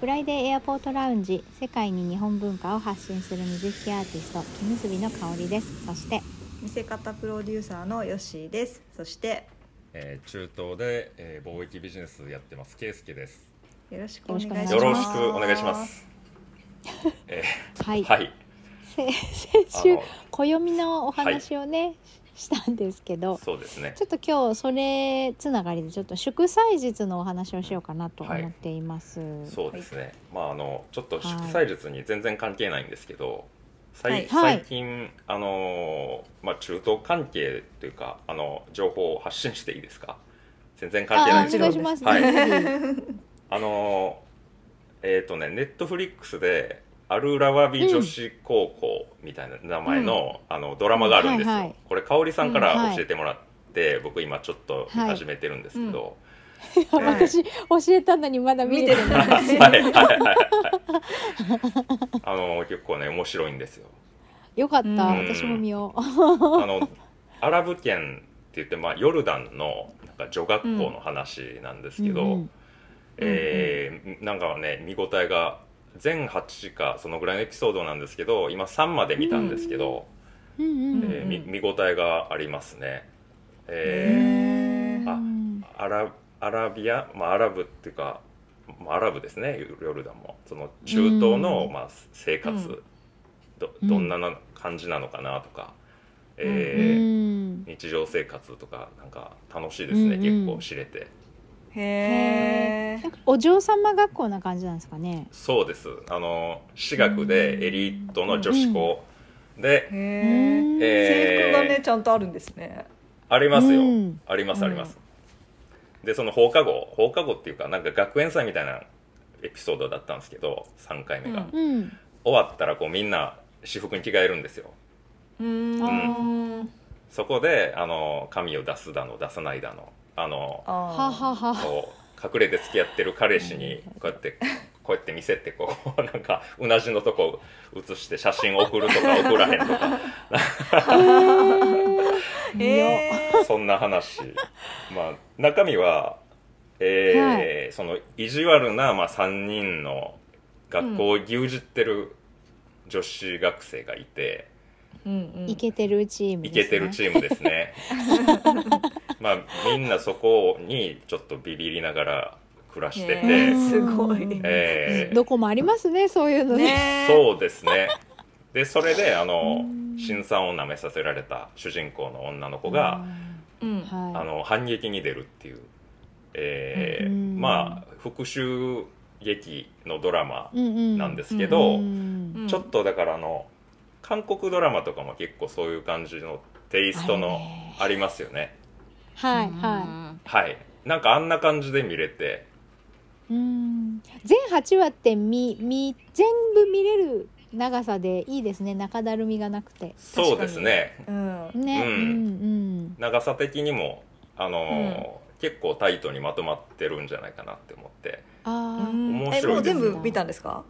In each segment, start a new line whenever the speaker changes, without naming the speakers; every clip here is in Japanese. フライデーエアポートラウンジ世界に日本文化を発信する水引アーティスト木結びの香りですそして
見せ方プロデューサーのヨッシーですそして
えー、中東で、えー、貿易ビジネスやってますケイスケです
よろしくお願いします
よ
よろしくお願いします。え
は
ー
い、
はい。
せ
あ
先週
の
暦のお話をね、したんですけど
そうですね。
ちょっと今日それつながりでちょっと祝祭日のお話をしようかなと思っています。
そうですね。まああのちょっと
はい
祝祭日に全然関係ないんですけど、さい
はい
最近あのーまあ中東関係というかあの情報を発信していいですか？全然関係
あ
な
あ
いんです
お
け
願い
ど
し、ます
はい
ね。
あのーえっ、とねネットフリックスでアルラワビ女子高校みたいな名前の、あのドラマがあるんですよ。
はいはい
これ香織さんか
うんは
ら
い
教えてもらって、僕今ちょっと見始めてるんですけど。
はい
私教えたのにまだ見
見
て
て
る
る
い。
の
はいはいはいはいあの結構ね面白いんですよ
よかった、
うん
私も見よう。
あのアラブ圏って言って、まあ、ヨルダンのなんか女学校の話なんですけど、
うんうん
えーなんかね見応えが全8かそのぐらいのエピソードなんですけど今3まで見たんですけど、
うんうん
えーみ見応えがありますね、え
え
あーアラアラビア、まあ、アラブっていうか、まあ、アラブですねヨヨルダンもその中東の、
うん
まあ、生活、
うん
ど
うん
どんなな感じなのかなとか、え
う
ー
ん
日常生活とかなんか楽しいですね、
うんうん
結構知れて
ー、へえ
なんかお嬢様学校な感じなんですかね。
そうですあの私学でエリートの女子校で、
へえ
うん
制服が
え
ねちゃんとあるんですね
ーありますよ、
うん
ありま
う
す
ん
あります、でその放課後放課後っていうかなんか学園祭みたいなエピソードだったんですけど3回目が、
うん
うん。
終わったらこうみんな私服に着替えるんですよ
うーん
そこであの髪を出すだの出さないだのあの
あー
ははは。
こう隠れて付き合ってる彼氏にこうやってこうやって見せてこうなんかうなじのとこ写して写真送るとか送らへんとか
へ
そんな話 まあ中身は、えーその意地悪な、まあ、3人の学校を牛耳ってる女子学生がいて、
ーうんうん
イケてるチーム、
イケてるチームですねまあみんなそこにちょっとビビりながら暮らしてて、
ねすごい
えー
どこもありますね、そういうのね。
ね
そうですねでそれであの
うん
辛酸を舐めさせられた主人公の女の子が、
う、うん、
はい。
あの反撃に出るっていう、えー
うん
まあ復讐劇のドラマ
うんうん、
なんですすけど、
うん
ちょっとだからあの韓国ドラマとかも結構そういう感じのテイスト
ある
の
ね
ありますよね
はいは
はいなんかあんな感じで見れて
い。うん。全八話ってみみ全部見れる長さでいいですね。中だるみがなくて。
そうですね
いうん
ね。
うん
うん
長さ的にもあのー結構タイトにまとまってるんじゃないかなって思って
ああ。
面白いです
えもう全部見たんですか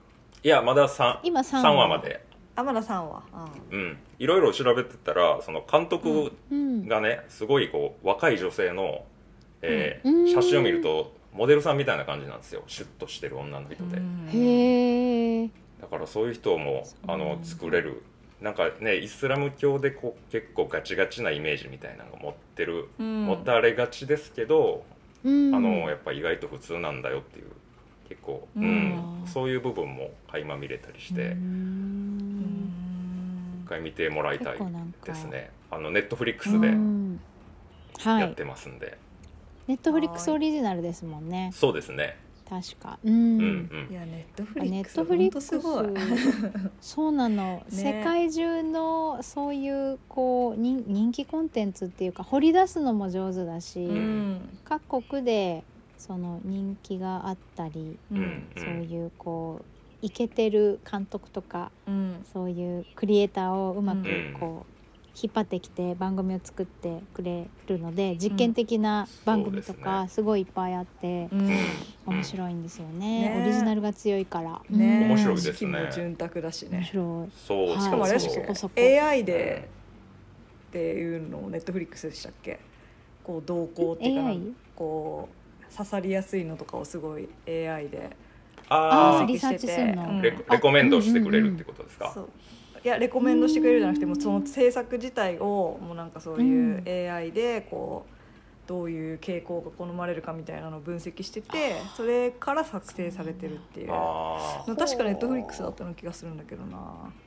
いやまだ 3,
今三
3話ま。で
天田さんはあ
うんいろいろ調べてたらその監督
うん。
がね、すごいこう若い女性の、えー
うん
写真を見るとモデルさんみたいな感じなんですよシュッとしてる女の人で、
え
へえ。
だからそういう人もあの
うん
作れるなんかねイスラム教でこう結構ガチガチなイメージみたいなのを持ってる、持たれがちですけど
うん。
あのやっぱ意外と普通なんだよっていう結構、うん
うん
そういう部分も垣間見れたりして、
う
うんん
一回見てもらいたい
結構なんか
ですねあのネットフリック
う
スで
んは
やっ
い。
てますんで、
ネットフリックスオリジナルですもんね。
そうですね
確か。
うんう
い
ん
やネットフリ
ネ
ック
ッ
ス
トフリック
本当
ス
すごい。
そうなの、
ね
世界中のそういうこう人人気コンテンツっていうか掘り出すのも上手だし、
うん
各国でその人気があったり、
う
うん
ん
う
そうんいうこうイケてる監督とか
うん
そういうクリエイターをうまく
うん
こう、引っ張ってきて番組を作ってくれるので実験的な番組と
そうです
かすごいいっぱいあって、
うん
うん
面白いんですよね,、
ね
オリジナルが強いから。
ね
面白いですね
資金も潤沢だし
面
ね。
白い
そう
はい
しかもあれで
そ
し
そ
たっ
う
こそこ
け AI でっていうのをネットフリックスでしたっけこう動向っていうか
AI
こう刺さりやすいのとかをすごい AI で
あ
あ
あ
あ
リサーチするの、
うん
レコレコメンドしてくれるってことですか、
そういやレコメンドしてくれるじゃなくてもうその制作自体をもうなんかそういう AI でこうどういう傾向が好まれるかみたいなのを分析しててそれから作成されてるっていうの
ああ
確かネットフリックスだったの気がするんだけどな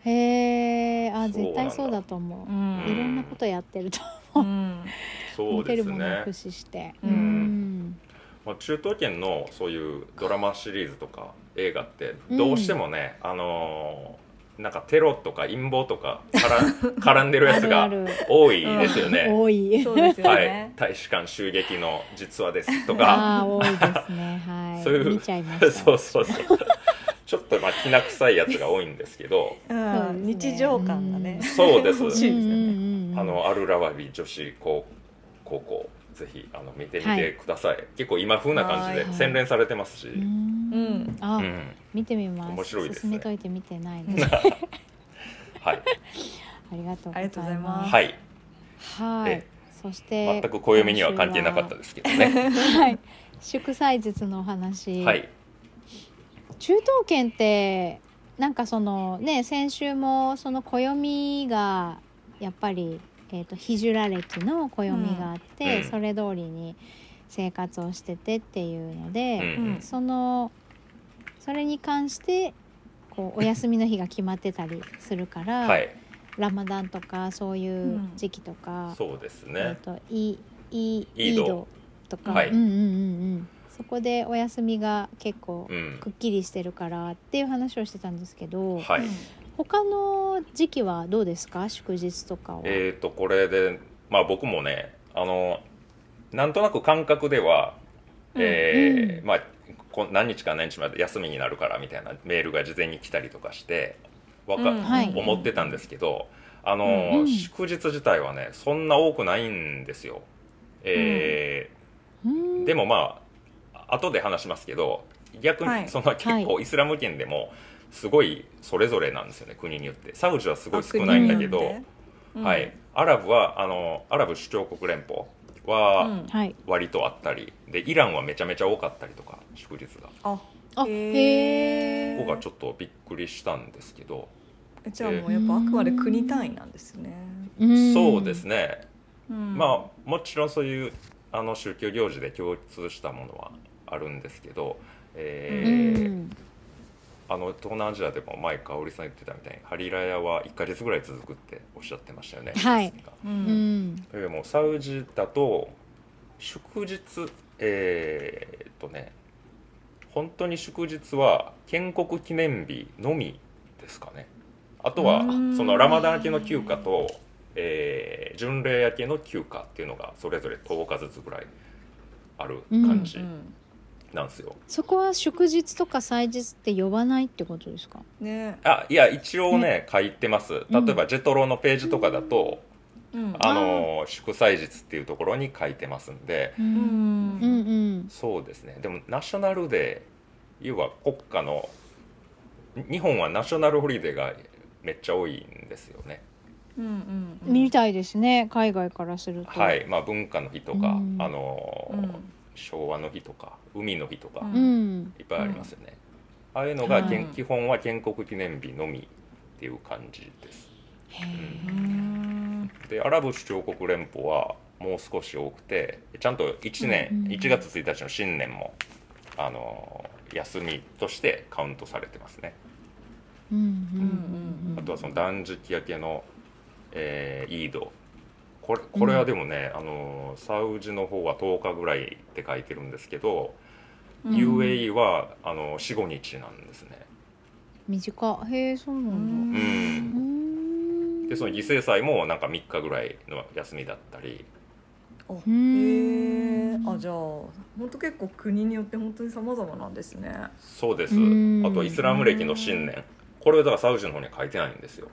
へえあ
そうなんだ
絶対そうだと思う、
うん
いろんなことやってると
う
思
ん
そう
う、見て
で
る
す
ものを
ね
駆、使して
う
うんん
まあ、中東圏のそういうドラマシリーズとか映画ってどうしてもね、あのーなんかテロとか陰謀とか絡ん 絡んでるや
あ
つ
るあ
が
る
多いですよね、
多い
そうですよ
は
ね
い、大使館襲撃の実話ですとか
ああ多いですねはい
そういう
見ちゃいました
そうそうそうちょっとまあきな臭いやつが多いんですけど
そうですね
日常感がね
そうです
欲
う
しい
ん
ですよね
うんうん
あのアルラワビ女子高高校ぜひあの見てみてください、結構今風な感じ
は
で
い
洗練されてますし、
う
うんん
あ、
うん
見てみます
面白いです
進
ね
めといて見てないので
はい、
ありがとう
ありがとうございます
は
はいい、え
そして
全く暦には関係なかったですけどね
今週ははい祝祭日のお話、
はい
中東圏ってなんかそのね先週もその暦がやっぱり、えー、とヒジュラ暦の暦があって、
うん
それ通りに生活をしててっていうの
うんう
で、
ん
そのそれに関してこうお休みの日が決まってたりするから、
はい
ラマダンとかそういううん時期とか、
そうですね、
えっ、とイイ
イ
イ
ー
ー
ド
ドとか、
はい
うんうんうんうんそこでお休みが結構
うん
くっきりしてるからっていう話をしてたんですけど、
はい、
他の時期はどうですか祝日とかは。
えー、とこれでまあ僕もねあのなんとなく感覚では、えー
う
まあこ何日か何日まで休みになるからみたいなメールが事前に来たりとかしてわか、
うん
はい
思ってたんですけどあの、
うん
祝日自体はねそんな多くないんですよ、えーで
も
もまあ後で話しますけど逆
はい
にその結構、
は
イスラム圏でもすごいそれぞれなんですよね国によってサウジはすごい少ないんだけど、は、い、アラブはあのアラブ首長国連邦
あ
は
はい。
割とあったり、でイランはめちゃめちゃ多かったりとか祝日が
あ
あ
へー
へ
ここ
え。
がちょっとびっくりしたんですけど、
じゃあもうやっぱあくまで国単位なんですね、
そうです
ね。
ね、
うん
まあもちろんそういうあの宗教行事で共通したものはあるんですけど、え
う
ー
ん
あの東南アジアでも前香織さん言ってたみたいにハリラヤは1か月ぐらい続くっておっしゃってましたよね。
はい
うん
うん
でもサウジだと祝日えーっとね本当に祝日は建国記念日のみですかねあとは
うーん
そのラマダン明けの休暇と、えー巡礼明けの休暇っていうのがそれぞれ10日ずつぐらいある感じ
うん
なんですよ、
そこは祝日とか祭日って呼ばないってことですか。
ね、
あいや一応ね書いてます例えばジェトロのページとかだと、
うん
あのー祝祭日っていうところに書いてますんで、
う
うんん
うんうん。
そうですねでもナショナルデー要は国家のに日本はナショナルホリデーがめっちゃ多いんですよね、
うんうん
みたいですね海外からすると。
はいまあ文化の日とか、
うん
あのー
うん
昭和の日とか海の日とか、
うん
うん。
いっぱいありますよね、ああいうのが、
はい
けん基本は建国記念日のみっていう感じです
へえ。
うん
でアラブ首長国連邦はもう少し多くてちゃんと1年、
うんうん
1月1日の新年もあのー休みとしてカウントされてますね
うんうんうんうん
あとはその断食明けの、えーイードこれこれはでもね、あのーサウジの方は10日ぐらいって書いてるんですけど、
うん
UAE はあの45日なんですね
短へえそうなんだ。
ん
うーん
でその犠牲祭もなんか3日ぐらいの休みだったり
あへ
ん
えあじゃあ本当結構国によって本当に様々なんですね
そうです
うん
あとイスラム歴の新年これはだからサウジの方には書いてないんですよ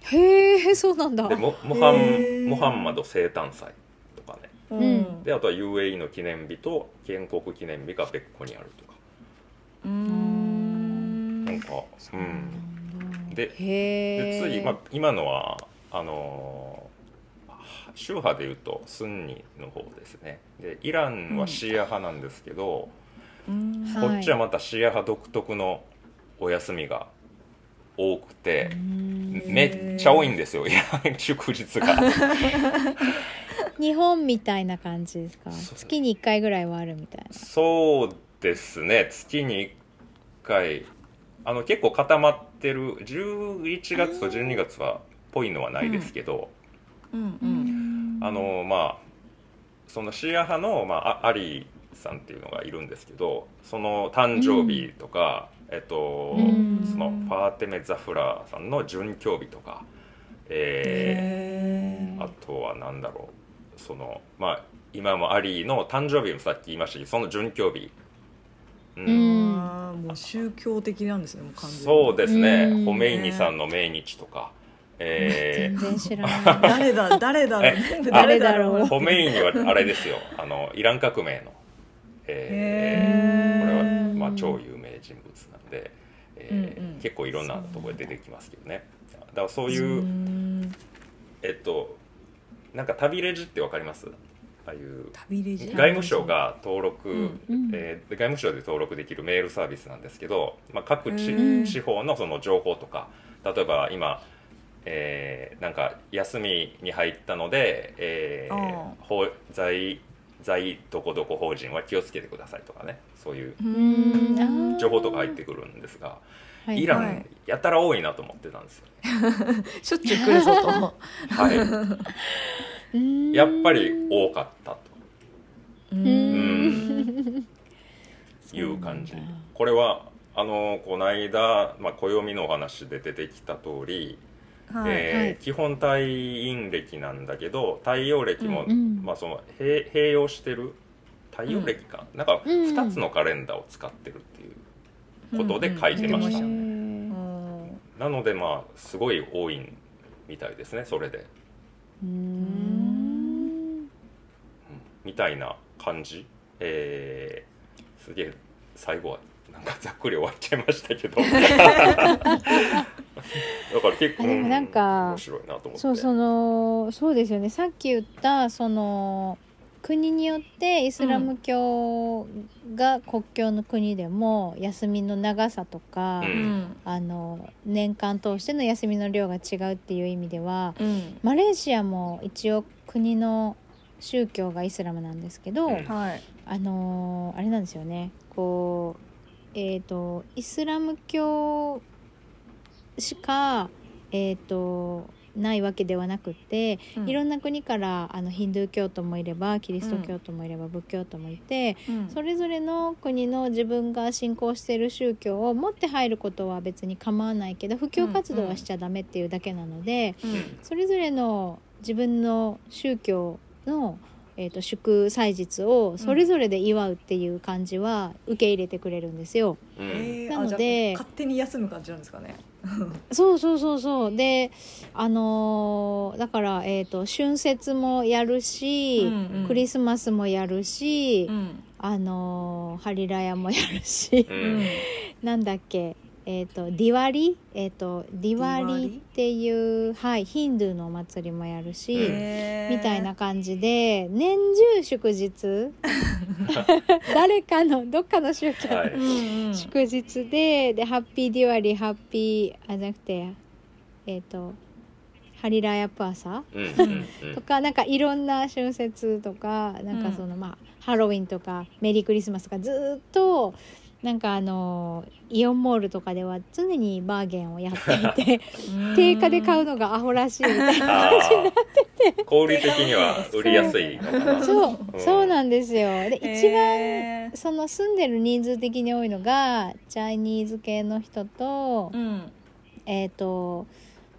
へえそうなんだ
でモモハ
へ
ン
ー
モハンマド生誕祭とかね
うん
であとは UAE の記念日と建国記念日が別個にあるとか
うん
なんかうんで
へ
で
え
つい、まあ、今のはあのー宗派でいうとスンニの方ですねでイランはシーア派なんですけど、
うん
はい
こっちはまたシーア派独特のお休みが多くて、
うん
めっちゃ多いんですよいや 祝日が
日本みたいな感じですか
そう
月に1回ぐらいはあるみたいな
そうですね月に1回あの結構固まってる11月と12月はぽいのはないですけど、
うんうん
あのまあそのシーア派の、まあ、あアリーさんっていうのがいるんですけどその誕生日とか、えっと、
うん
そのファーテメ・ザフラーさんの準教日とか、え
へ
ーあとは何だろうそのまあ今もアリーの誕生日もさっき言いましたけどその準教日、う
う
ー
ん
あーもう宗教的なんですねもう完全に
そうですね、
うん
ホメイニさんの命日とか、え
全然知らない
誰だ誰だろう
誰だろう
ーホメイニはあれですよあのイラン革命の、 えー
へ
これは、
ー
まあ、超有名人物なんで、えー
うんうん
結構いろんなところで出てきますけどねだからそう
こ
いう、えっとなんか旅レジってわかりますああいう
旅レジ
外務省が登録、
うん
うん
えーで外務省で登録できるメールサービスなんですけど、まあ、各
へ
地
ー
地方のその情報とか例えば今、えーなんか休みに入ったので、えー
あ
法在在どこどこ法人は気をつけてくださいとかねそういう
う
うん
ん
あー
情報とか入ってくるんですが、
はい
イラ
は
ン
い
やたら多いなと思ってたんですよ、
しょっちゅう来るぞと
は
うーん
い、やっぱり多かったと。
う
うん
いう感じ
そうなんだ
これはあのこの間、まあ、暦のお話で出てきた通り、
はい
えー
はい
基本退院歴なんだけど太陽暦も、
うんうん
まあ、その併併用してる太陽暦か、なんか
うんうん
2つのカレンダーを使ってるっていう、ことで書いてました
へ
うん
ー
なのでまあすごい多いみたいですねそれで、
うーん
うんみたいな感じえーすげえ最後はなんかざっくり終わっちゃいましたけど だから結構
あでもなん
う
か
面白いなと思って
そうそのそうですよねさっき言ったその国によってイスラム教が国境の国でも休みの長さとか、
うん
あの年間通しての休みの量が違うっていう意味では
うん
マレーシアも一応国の宗教がイスラムなんですけど、
うん
はい
あのーあれなんですよねこうえっ、とイスラム教しかえっ、とないわけではなくて、いろ
ん
んな国からあのヒンドゥー教徒もいればキリスト教徒もいれば仏教徒もいて、
うん
それぞれの国の自分が信仰している宗教を持って入ることは別に構わないけど布教活動はしちゃダメっていうだけなので、
うん
それぞれの自分の宗教の、えー、と祝祭日をそれぞれで祝うっていう感じは受け入れてくれるんですよ。
うん
えー
なの
あじゃあ
で
勝手に休む感じなんですかね
そうそうそうそうであのーだから、えー、と春節もやるし、
うんうん
クリスマスもやるし、
うん
あのーハリラヤもやるし、
う
うん
なんだっけえー、とディワリ、えー、とディワ
ディワ
リ
リ
っていう、はい、ヒンドゥーのお祭りもやるし。
うん
みたいな感じで年中祝日誰かのどっかの宗教
は
の
い
うんうん
祝日ででハッピーディワリハッピーあじゃなくてえっ、とハリラヤプアサ
うんうんうん
とかなんかいろんな春節とかなんかその、まあハロウィンとかメリークリスマスとかずーっとなんかあのイオンモールとかでは常にバーゲンをやっていて定価で買うのがアホらしいみた いな。
あー小売的には売りやすいのかな
そう
うん
そうなんですよで一番
番
その住んでる人数的に多いのがチャイニーズ系の人と,、
うん
えーと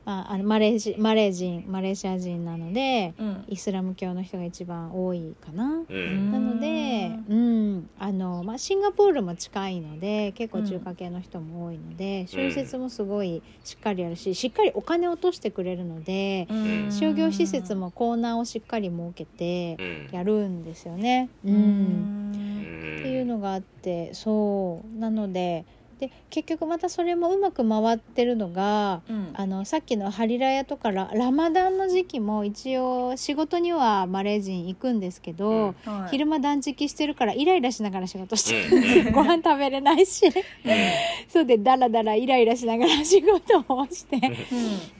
まあ、あのマレージマレー人マレーシア人なので
うん
イスラム教の人が一番多いかな。
うん
なので、うんあのまあ、シンガポールも近いので結構中華系の人も多いので、春節もすごいしっかりやるししっかりお金を落としてくれるので、
ん
商業施設もコーナーをしっかり設けて
うん
やるんですよね。
う
うん
ん
うん
っていうのがあってそうなのでで結局またそれもうまく回ってるのが
うん
あのさっきのハリラヤとかララマダンの時期も一応仕事にはマレー人行くんですけど、
うん
はい
昼間断食してるからイライラしながら仕事してる、
う ん
ご飯食べれないしそうでダラダライライラしながら仕事をして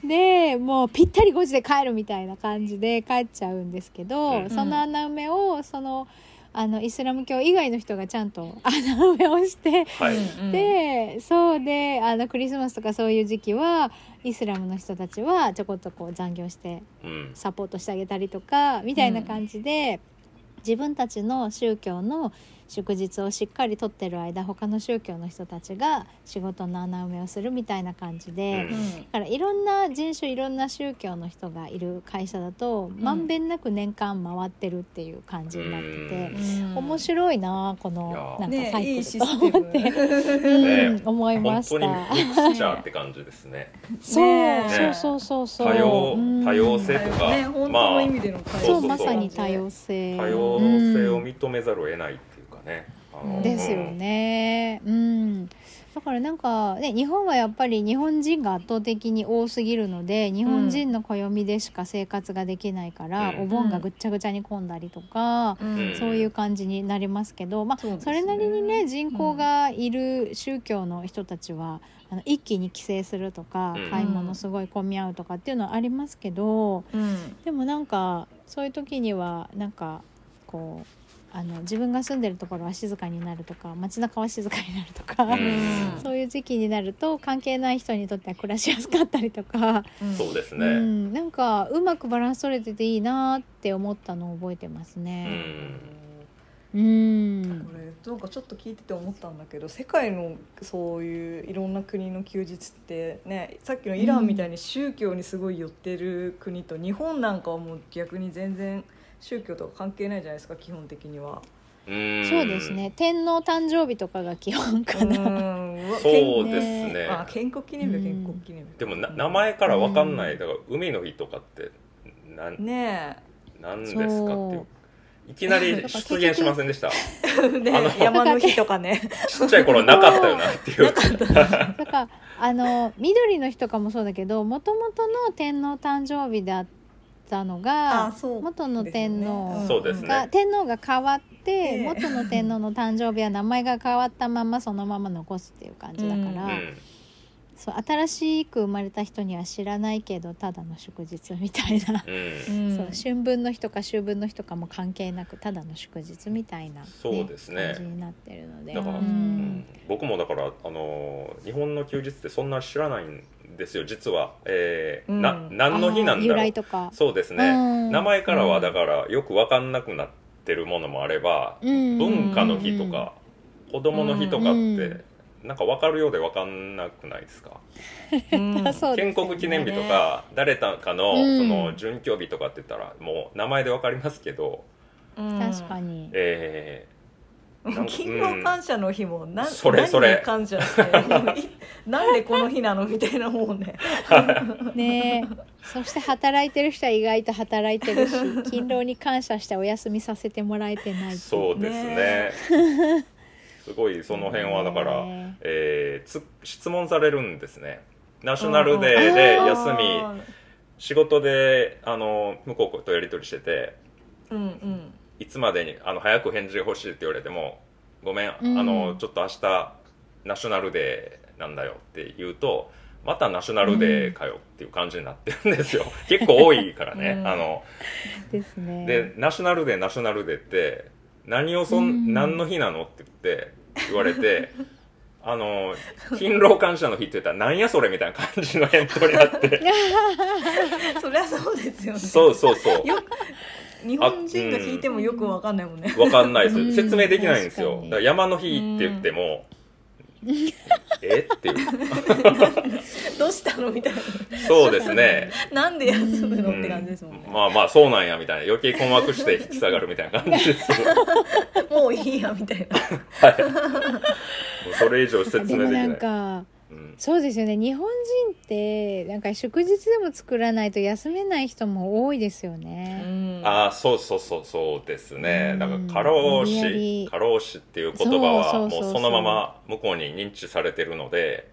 でもうぴったり5時で帰るみたいな感じで帰っちゃうんですけど、
うん
その穴埋めをそのあのイスラム教以外の人がちゃんと 穴埋めをして
はい、
うん
でそうであのクリスマスとかそういう時期はイスラムの人たちはちょこっとこう残業して
うん
サポートしてあげたりとかみたいな感じで、自分たちの宗教の祝日をしっかりとってる間他の宗教の人たちが仕事の穴埋めをするみたいな感じで。
うん
だからいろんな人種いろんな宗教の人がいる会社だとまんべんなく年間回ってるっていう感じになってて、
うん
うん
面白いなあこ
い
の
や
なんか
ね
サ
い
イ
い
ク
シ
ルと
ステ
思っ
ム
て、 うん、思いま
本
し
当にミ
た。
クスチャーって感じですね。
そう、
ね
そうそうそうそう。
多様
うん
多様性とか
ね本当の意味での多様性
そう
そうそう
まさに多様性。
多様性を
うん
認めざるを得ないっていうかね。あ
う
の
ん
ですよ。ね。うん。だからなんかね日本はやっぱり日本人が圧倒的に多すぎるので日本人の暦でしか生活ができないから、
うん
お盆がぐっちゃぐちゃに混んだりとか、
うん
うん
そういう感じになりますけど、まあ
そうです
そ
ね
れなりにね人口がいる宗教の人たちは、あの一気に帰省するとか、
うん
買い物すごい混み合うとかっていうのはありますけど、
うん
でもなんかそういう時にはなんかこうあの自分が住んでるところは静かになるとか街中は静かになるとか、
うん
そういう時期になると関係ない人にとっては暮らしやすかったりとか、
うん
そうです
う
ね。
ん、なんかうまくバランス取れてていいなって思ったのを覚えてます
う
ね。
ん。
うん、
これなんかちょっと聞いてて思ったんだけど世界のそういういろんな国の休日ってねさっきのイランみたいに宗教にすごい寄ってる国と、日本なんかはもう逆に全然宗教とか関係ないじゃないですか基本的には。
うん
そうですね。天皇誕生日とかが基本か
う
な。
んうわ
そうですね。
あ建国記念日は
うん
建国記念日、
でもな名前からわかんな
う
い。
ん
だから海の日とかってなん
ね
なんですかって
そう
いう。いきな り出現しませんでした。
えね
あの
山の日とかね
ちっちゃい頃なかったよなっていう。
だからあの緑の日とかもそうだけどもともとの天皇誕生日だったのが
あそう
元の天皇
そうですね
が、天皇が変わって、
ええ
元の天皇の誕生日は名前が変わったままそのまま残すっていう感じだから、
うん。
そう新しく生まれた人には知らないけどただの祝日みたいな、
うん
う。ん
そう春分の日とか秋分の日とかも関係なくただの祝日みたいな、
そうです
感
ね
じになってるので。
だから
うん
うん
僕もだから、あのー日本の休日ってそんな知らないんですよ実は、えー
うん
な何の日な
あ
ん
ー由
だろ
来
う
とか、
そうですね、
うん
名前からはだからよく分かんなくなってるものもあれば、
うん
文化の日とか、子供の日とかって、
うん
なんか分かるようで分かんなくないですか
う ん
あそうですよ
建
ね
国記念日とか、誰かの
うん
その準教日とかって言ったらもう名前で分かりますけど、
うん
確かに、
えなんか
勤労感謝の日もな、ん、
それそれ
何に感謝してなんでこの日なのみたいなもうね
ねえそして働いてる人は意外と働いて るし勤労に感謝してお休みさせてもらえてない
ー
って
そうですね
ね
すごいその辺はだから、
ね
えーつ質問されるんですねナショナルデ
うん
ーで休み
あ
仕事であの向こうとやり取りしてて
ーうんうん
いつまでにあの早く返事が欲しいって言われてもごめん、
うん
あのちょっと明日ナショナルデーなんだよって言うとまたナショナルデーかよっていう感じになってるんですよ、 結構多いからね、
うん
あの
ですね
でナショナルデーナショナルデーって何をそん、
うん
何の日なのって言って言われてあの勤労感謝の日って言ったらなんやそれみたいな感じの返答になって
そりゃそうですよね
そうそうそう
日本人が聞いてもよくわかんないもんね、
わかんないです、
うん
説明できないんです
確
よ
かに
だから山の日って言っても、えっていう
どうしたのみたいな
そうですね
なんで休むの
うん
って感じですもんね、
まあまあそうなんやみたいな余計困惑して引き下がるみたいな感じです
もういいやみたいな
もうそれ以上説
でも
明できな
ないんか
うん
そうですよね日本人ってなんか祝日でも作らないと休めない人も多いですよね、
ああそうそうそうそうですね、
うん
だから過労
無理や
死
り
過労死っていう言葉は
そ
も
うそう
う
そうそう
そのまま向こうに認知されてるので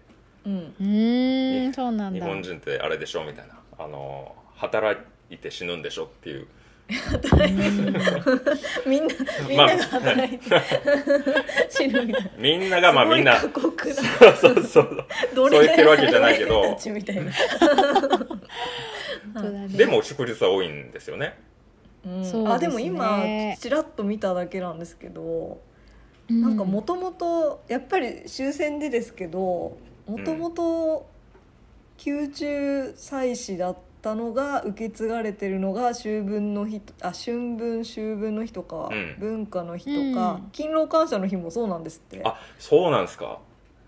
うんうん
うーんそうなんだ
日本人ってあれでしょみたいなあの働いて死ぬんでしょっていう
みんなみんなが働いて、死ぬみたいな
みんながまあ
すごい
みんな
過酷な
そうそうそう
奴
そう
隷
言ってるわけじゃないけ
奴
ど
隷たちみたいな
そうだね
でも祝日は多いんですよね
うん
そうですね
あでも今ちらっと見ただけなんですけど、なんかもともとやっぱり終戦でですけどもともと宮中祭祀だったのが受け継がれてるのが秋分の日とあ春分秋分の日とか、
うん
文化の日とか、
うん
勤労感謝の日もそうなんですって。
あそうなんですか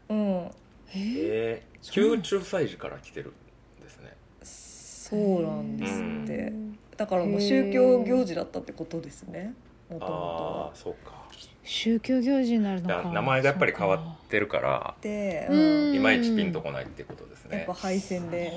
うん
え
ええ
そうなん
宮中祭事から来てるんですね
そうなんですって、
ー
だからもう宗教行事だったってことですねもともと
あ
は
あ。そうか
宗教行事になるの
だか
から
名前がやっぱり変わってるから
で、
うん
いまいちピンとこないってことです
やっ
ね
ぱ敗戦で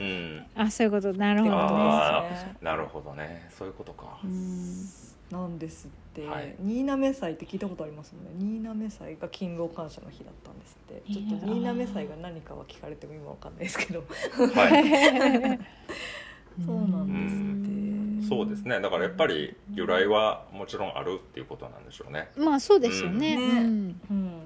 うん
あそういうことなるほど
あ
ね
ーなるほどねそういうことか
うん
なんですって、
はい
新滑祭って聞いたことありますもんね新滑祭が勤労感謝の日だったんですってちょっと
い
新
やー
滑祭が何かは聞かれても今わかんないですけど
はい
そうなんですって
そうですねだからやっぱり由来はもちろんあるっていうことなんでしょうね
まあそうですよね,、
う
うんん
ねうん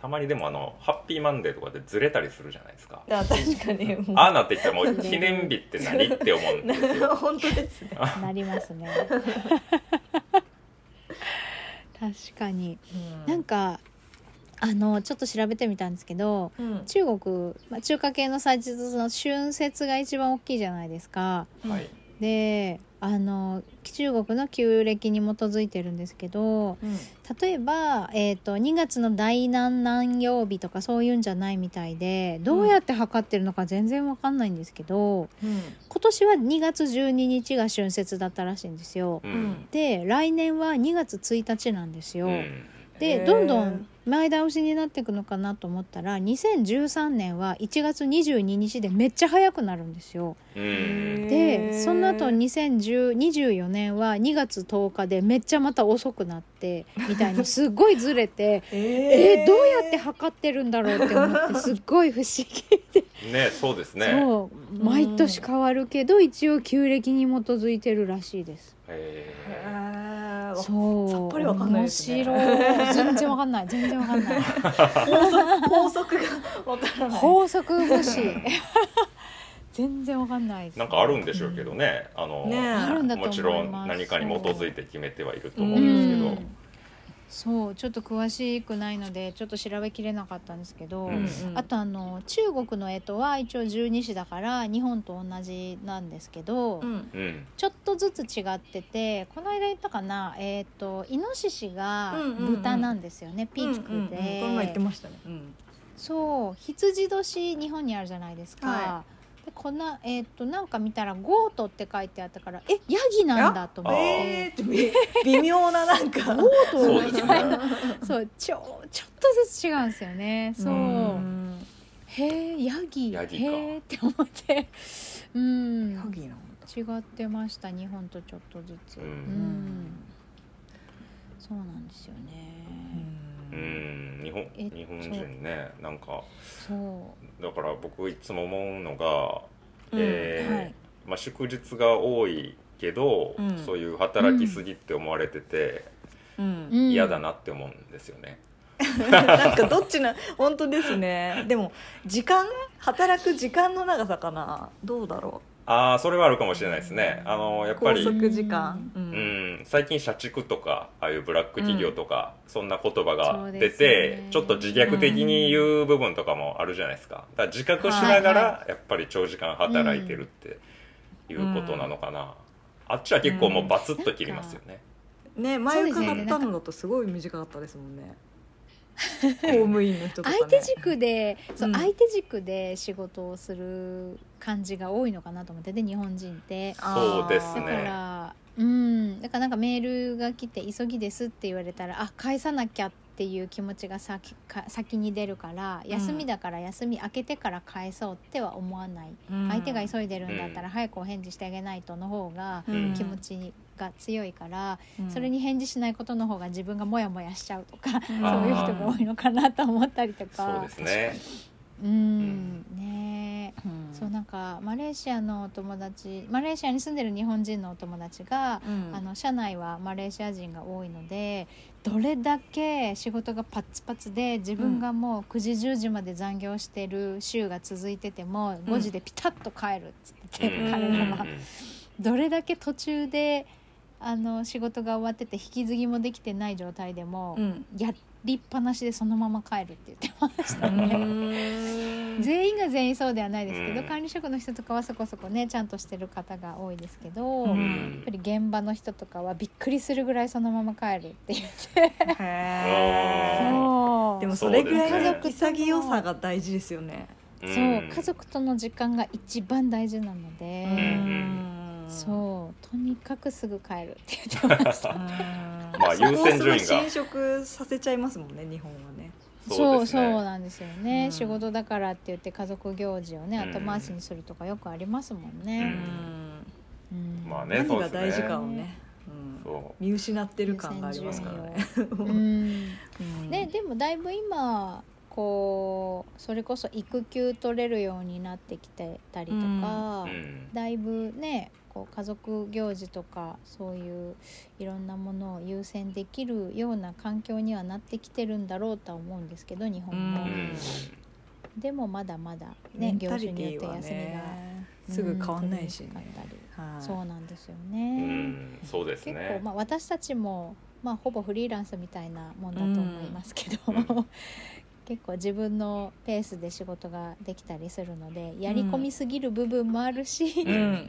たまにでもあのハッピーマンデーとかでずれたりするじゃないですか
だから確かにもう
ああなってきたらもう記念日って何って思う んですよ
本当ですね
なります ね確かになんかあのちょっと調べてみたんですけど
うん
中国、まあ、中華系の祭日とその春節が一番大きいじゃないですか。
はい
であの中国の旧暦に基づいてるんですけど
うん
例えば、えー、と2月の大南南曜日とかそういうんじゃないみたいでどうやって測ってるのか全然わかんないんですけど、
うん
今年は2月12日が春節だったらしいんですよ。
う
うん
ん
で来年は2月1日なんですよ。
うん
へ
で
ー
どんどん前倒しになっていくのかなと思ったら2013年は1月22日でめっちゃ早くなるんですよ。
うん
でその後2024年は2月10日でめっちゃまた遅くなってみたいなすっごいずれ て
え
えーどうやって測ってるんだろうって思ってすっごい不思議、
ねそうですね
そう毎年変わるけど一応旧暦に基づいてるらしいです。
えー
えー
そう
さっぱりわかんないですね
面白い全然わかん ない全然わかんない
法則がわからない
法則欲 しい全然わかんないです
なんかあるんでしょうけどねあの
ねえ
あるんだと思います
もちろん何かに基づいて決めてはいると思
う
うんですけど
んそうちょっと詳しくないのでちょっと調べきれなかったんですけど、
う
うん
ん
うん
あとあの中国の干支は一応十二支だから日本と同じなんですけど、
うん
うん
ちょっとずつ違っててこの間言ったかなえっ、とイノシシが豚なんですよね、ピンクで、
うんうんうんこの前言ってましたねうん
そう羊年日本にあるじゃないですか、
は
でこんなえっ、となんか見たら「ゴート」って書いてあったからえヤギなんだと思って
えーってび 微妙ななんか
ゴー
そう
ト
で
み
す
たい
ね
なそうちょちょっとずつ違うんですよねそう、
うん
へえヤギ
ヤギ
へ
か
えって思ってうん
ヤギなんだ
違ってました日本とちょっとずつ
う
うんん、そうなんですよ
う
ね、
うんん日本
え
日本人ねなんか
そ
だから僕いつも思うのが、
うん
えー
はい
まあ、祝日が多いけど、
うん
そういう働きすぎって思われてて
うん
う、うん
嫌だなって思うんですよね。
なんかどっちな本当ですねでも時間働く時間の長さかなどうだろ
ああそれはあるかもしれないですね。あのや
う
っぱり、
拘
う
束時間うん
ん、最近社畜とかああいうブラック企業とか、そんな言葉
そ
が
う
出
です
て、
ね
ちょっと自虐的に言う部分とかもあるじゃないですか。だから自覚しながら、やっぱり長時間働いてるっていうことなのかな。あっちは結構もうバツッと切りますよね。
ね前伺ったのだとすごい短かったですもんね公務員の人とかね
相手軸で、そう
うん
相手軸で仕事をする感じが多いのかなと思ってで日本人って
そうです
だか
ね
ら、うんだからなんかメールが来て「急ぎです」って言われたら「あ返さなきゃ」っっていう気持ちが先か先に出るから休みだから休み明けてから返そうっては思わない、
うん
相手が急いでるんだったら早くお返事してあげないとの方が
うん
気持ちが強いから、
うん
それに返事しないことの方が自分がモヤモヤしちゃうとか、
そう
そういう人が多いのかなと思ったりと
そう
か
で。すね
うんねえ
うん
そうなんかマレーシアのお友達マレーシアに住んでる日本人のお友達が、
うん
あの社内はマレーシア人が多いのでどれだけ仕事がパッツパツで自分がもう9時10時まで残業してる週が続いてても、
うん
5時でピタッと帰るっつってて、
うん
彼らは
うん。
どれだけ途中であの仕事が終わってて引き継ぎもできてない状態でも、
うん
やりっぱなしでそのまま帰るって言ってました
う
ね。
ん
全員が全員そうではないですけど、
うん
管理職の人とかはそこそこねちゃんとしてる方が多いですけど、
う
うん
やっ
ん
ぱり現場の人とかはびっくりするぐらいそのまま帰るっていう。
へー
そ
でもそれぐらい
そう
の
ですね
潔さが大事ですよね。
そう
うん
家族との時間が一番大事なの
う
で、
ん
そうとにかくすぐ帰るって言ってました。
ま
まあ優先順位が
侵食させちゃいますもんね日本はね。
そう
です
そ
ね
うなんですよね、
うん
仕事だからって言って家族行事をね
うん
後回しにするとかよくありますもん
う
ね。
ん
うん
まあね
何が大事かをね。うん
そ
見失ってる感がありますからね。
うん
うん
ね、でもだいぶ今こうそれこそ育休取れるようになってきてたりとか、
ううん
だいぶねこう家族行事とかそういういろんなものを優先できるような環境にはなってきてるんだろうとは思うんですけど日本も、
う
う
ん
ん
でもまだまだ
メ
ね
ン
業
タ
種
リテ
によ
ィ
って
は
休みが
ね
うん
すぐ変わんないしね
取れにくかったり。
はい
そうなんですよね、
うんそうです
結
ね
構まあ私たちもまあほぼフリーランスみたいなもんだと思いますけど、
うんう
結構自分のペースで仕事ができたりするのでやり込みすぎる部分もあるし、
うん
うん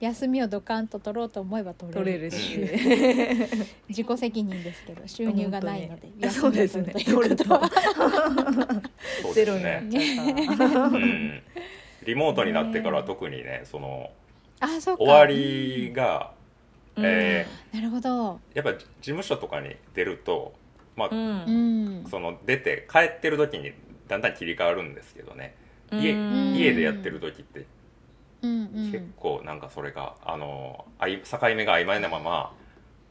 休みをドカンと取ろうと思えば取れる
取れるし。
自己責任ですけど 収入がないので
本当に そうですね
休みを取るということは
そう
ゼ
で
ロ
す
になっ
ね
ちゃった。
うんリモートになってから特にねその
あそうか
終わりが
うん
え
なるほど、
やっぱ事務所とかに出るとまあ
う
うん
ん、
その出て帰ってる時にだんだん切り替わるんですけどね家
うん
家でやってる時って
うん
結構なんかそれがあのあい境目が曖昧なまま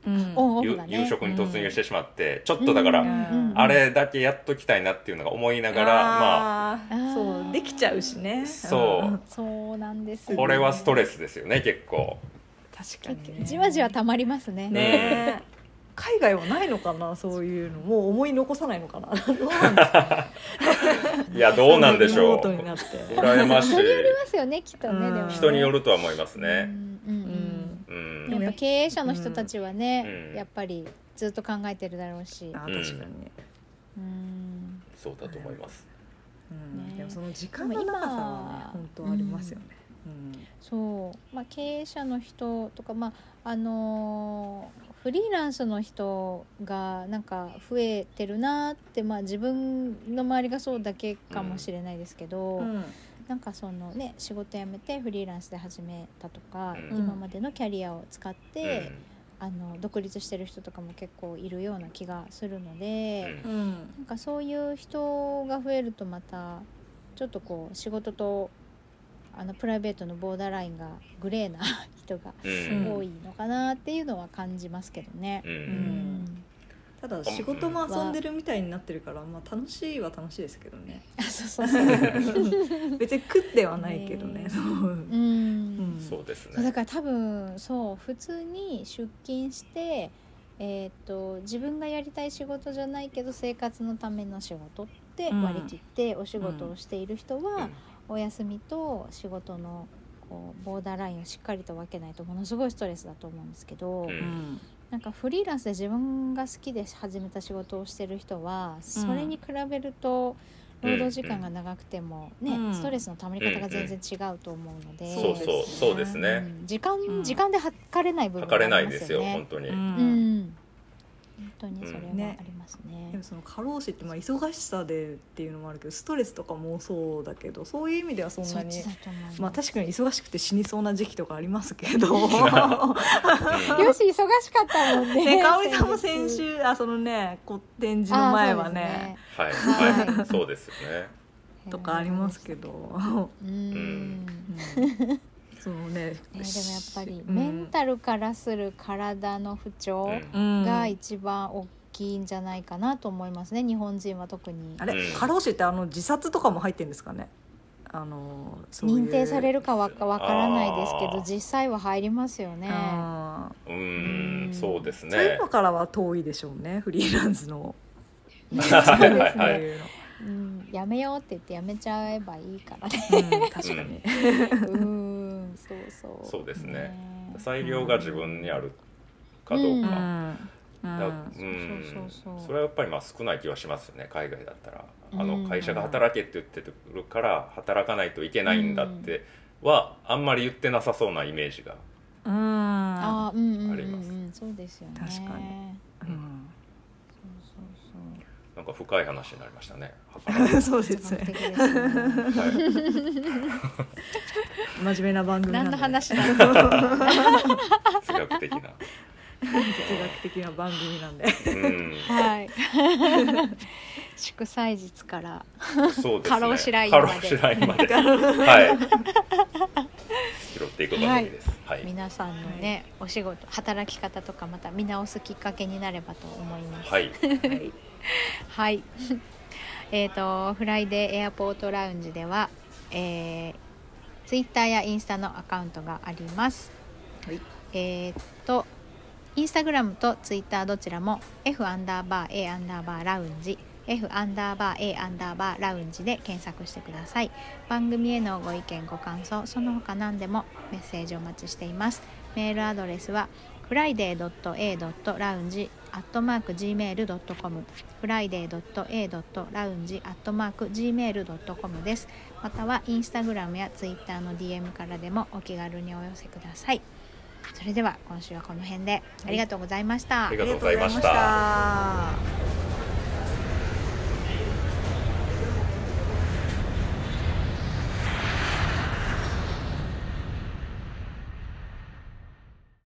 うん
オンオフ
夕
がね
夕食に突入してしまってちょっとだか
うん
ら
うんうん
あれだけやっときたいなっていうのが思いながらまあ
あーそうできちゃうしね
そ
そうなんです
う
よ
これはストレスですよね結構
確か
結
に、
局
ね、
じわじわ溜まりますね
ねえ海外はないのかなそういうのもう思い残さないの かなどうなんですか
いやどうなんでし
リモ
ょ
ー
う
トになって
羨ましい
人によりますよねきっとね、
うん
でもね
人によるとは思います
う
ね
んうんうん
う
で
ん
も
やっぱ経営者の人たちはね、
うん
やっぱりずっと考えてるだろうし、
あ確かにね、
うん、
そうだと思います
うん
ね
でもその時間の長さはね
今
本当ありますよね、うん
そう、まあ、経営者の人とか、まああのーフリーランスの人がなんか増えてるなって、まあ、自分の周りがそうだけかもしれないですけど、
うん
なんかそのね仕事辞めてフリーランスで始めたとか、
うん
今までのキャリアを使っ
う
て、あの独立してる人とかも結構いるような気がするので、
うんん
なんかそういう人が増えるとまたちょっとこう仕事とあのプライベートのボーダーラインがグレー な人が
う
うん
多いのかなっていうのは感じますけどね。
う
うんん、
ただ仕事も遊んでるみたいになってるから、まあ、楽しいは楽しいですけど ね
あそうそうそう。
別に食ってはないけどね
ね
そう
う
うんん
そうです
そうだ
ね
から多分そう普通に出勤して、えーっと自分がやりたい仕事じゃないけど生活のための仕事って割り切ってお仕事をしている人は、お休みと仕事のこうボーダーラインをしっかりと分けないとものすごいストレスだと思うんですけど、
うん
うん
なんかフリーランスで自分が好きで始めた仕事をしてる人はそれに比べると
うん
労働時間が長くても、ね
うん
ストレスの溜まり方が全然違うと思うので。
うんそうそうそうですね
うん時間、
うん
時間で測れない部分
測れないですよ
ありま
本当に
う
うんん当にそれはありますね。
でもその過労死ってまあ忙しさでっていうのもあるけどストレスとかもそうだけどそういう意味ではそん
そ
な
っ
に
ちだと思います。
まあ確かに忙しくて死にそうな時期とかありますけど
よし忙しかったもんね。
ね香織さんも先週あそのねこ展示の前はね
はい
はい
はいそうですよね
とかありますけ。ど、
あそうですねうん。
うんその
ね、
ね
でもやっぱり
うん
メンタルからする体の不調
うん
うん
が一番大きいんじゃないかなと思いますね。日本人は特に
あ。れ、
うん
過労死ってあの自殺とかも入ってんですかね。あのそういう
認定されるかわかわからないですけ
あ
ど
ー
実際は入りますよね。
あ
う
うん
んそうです
ーそういう
ね
のからは遠いでしょうね。フリーランスの。
ね
はい
そうです
は
ね
い
いうの
うん、やめようって言ってやめちゃえばいいからね。
うん確かに。
うん、そうそう。
そうですね
ね
裁量が自分にあるかどう
う
か
ん。う
だうんん
そうそうそうそう
それはやっぱりまあ少ない気はしますよね海外だったらあ
うん
の会社が働けって言ってるから働かないといけないんだってはあんまり言ってなさそうなイメージが
うん
あー、うんうんうん、うん、
あります
そうですよね。
確かうん
そ
なんか深い話になりました ね。
そうで
うそうそ
す
う。科学
ね。
的 ですね。
はい、
真面目な番組なん
何
で。
の話だろう。
哲学的
哲
な。
学的な番組 なんで。
う
はい。 祝祭日から。
ん、そうですね。
過労死ライン
過
まで
労死ラインまで。 はい。拾っていく番組です。はい。
皆さんのね、お仕事、働き方とか、また見直すきっかけになればと思います。
はい。
はい。
はい。 えっと、フライデーエアポートラウンジでは、えー、ツイッターやインスタのアカウントがあります。
はい
えーっと、インスタグラムとツイッターどちらも F アンダーバー A アンダーバーラウンジ F アンダーバー A アンダーバーラウンジで検索してください番組へのご意見ご感想その他何でもメッセージお待ちしていますメールアドレスは friday.a.lounge.gmail.com friday.a.lounge.gmail.com ですまたはインスタグラムやツイッターの DM からでもお気軽にお寄せくださいそれでは今週はこの辺でありがとうございました、
ありがとうございました。
ありがとうございました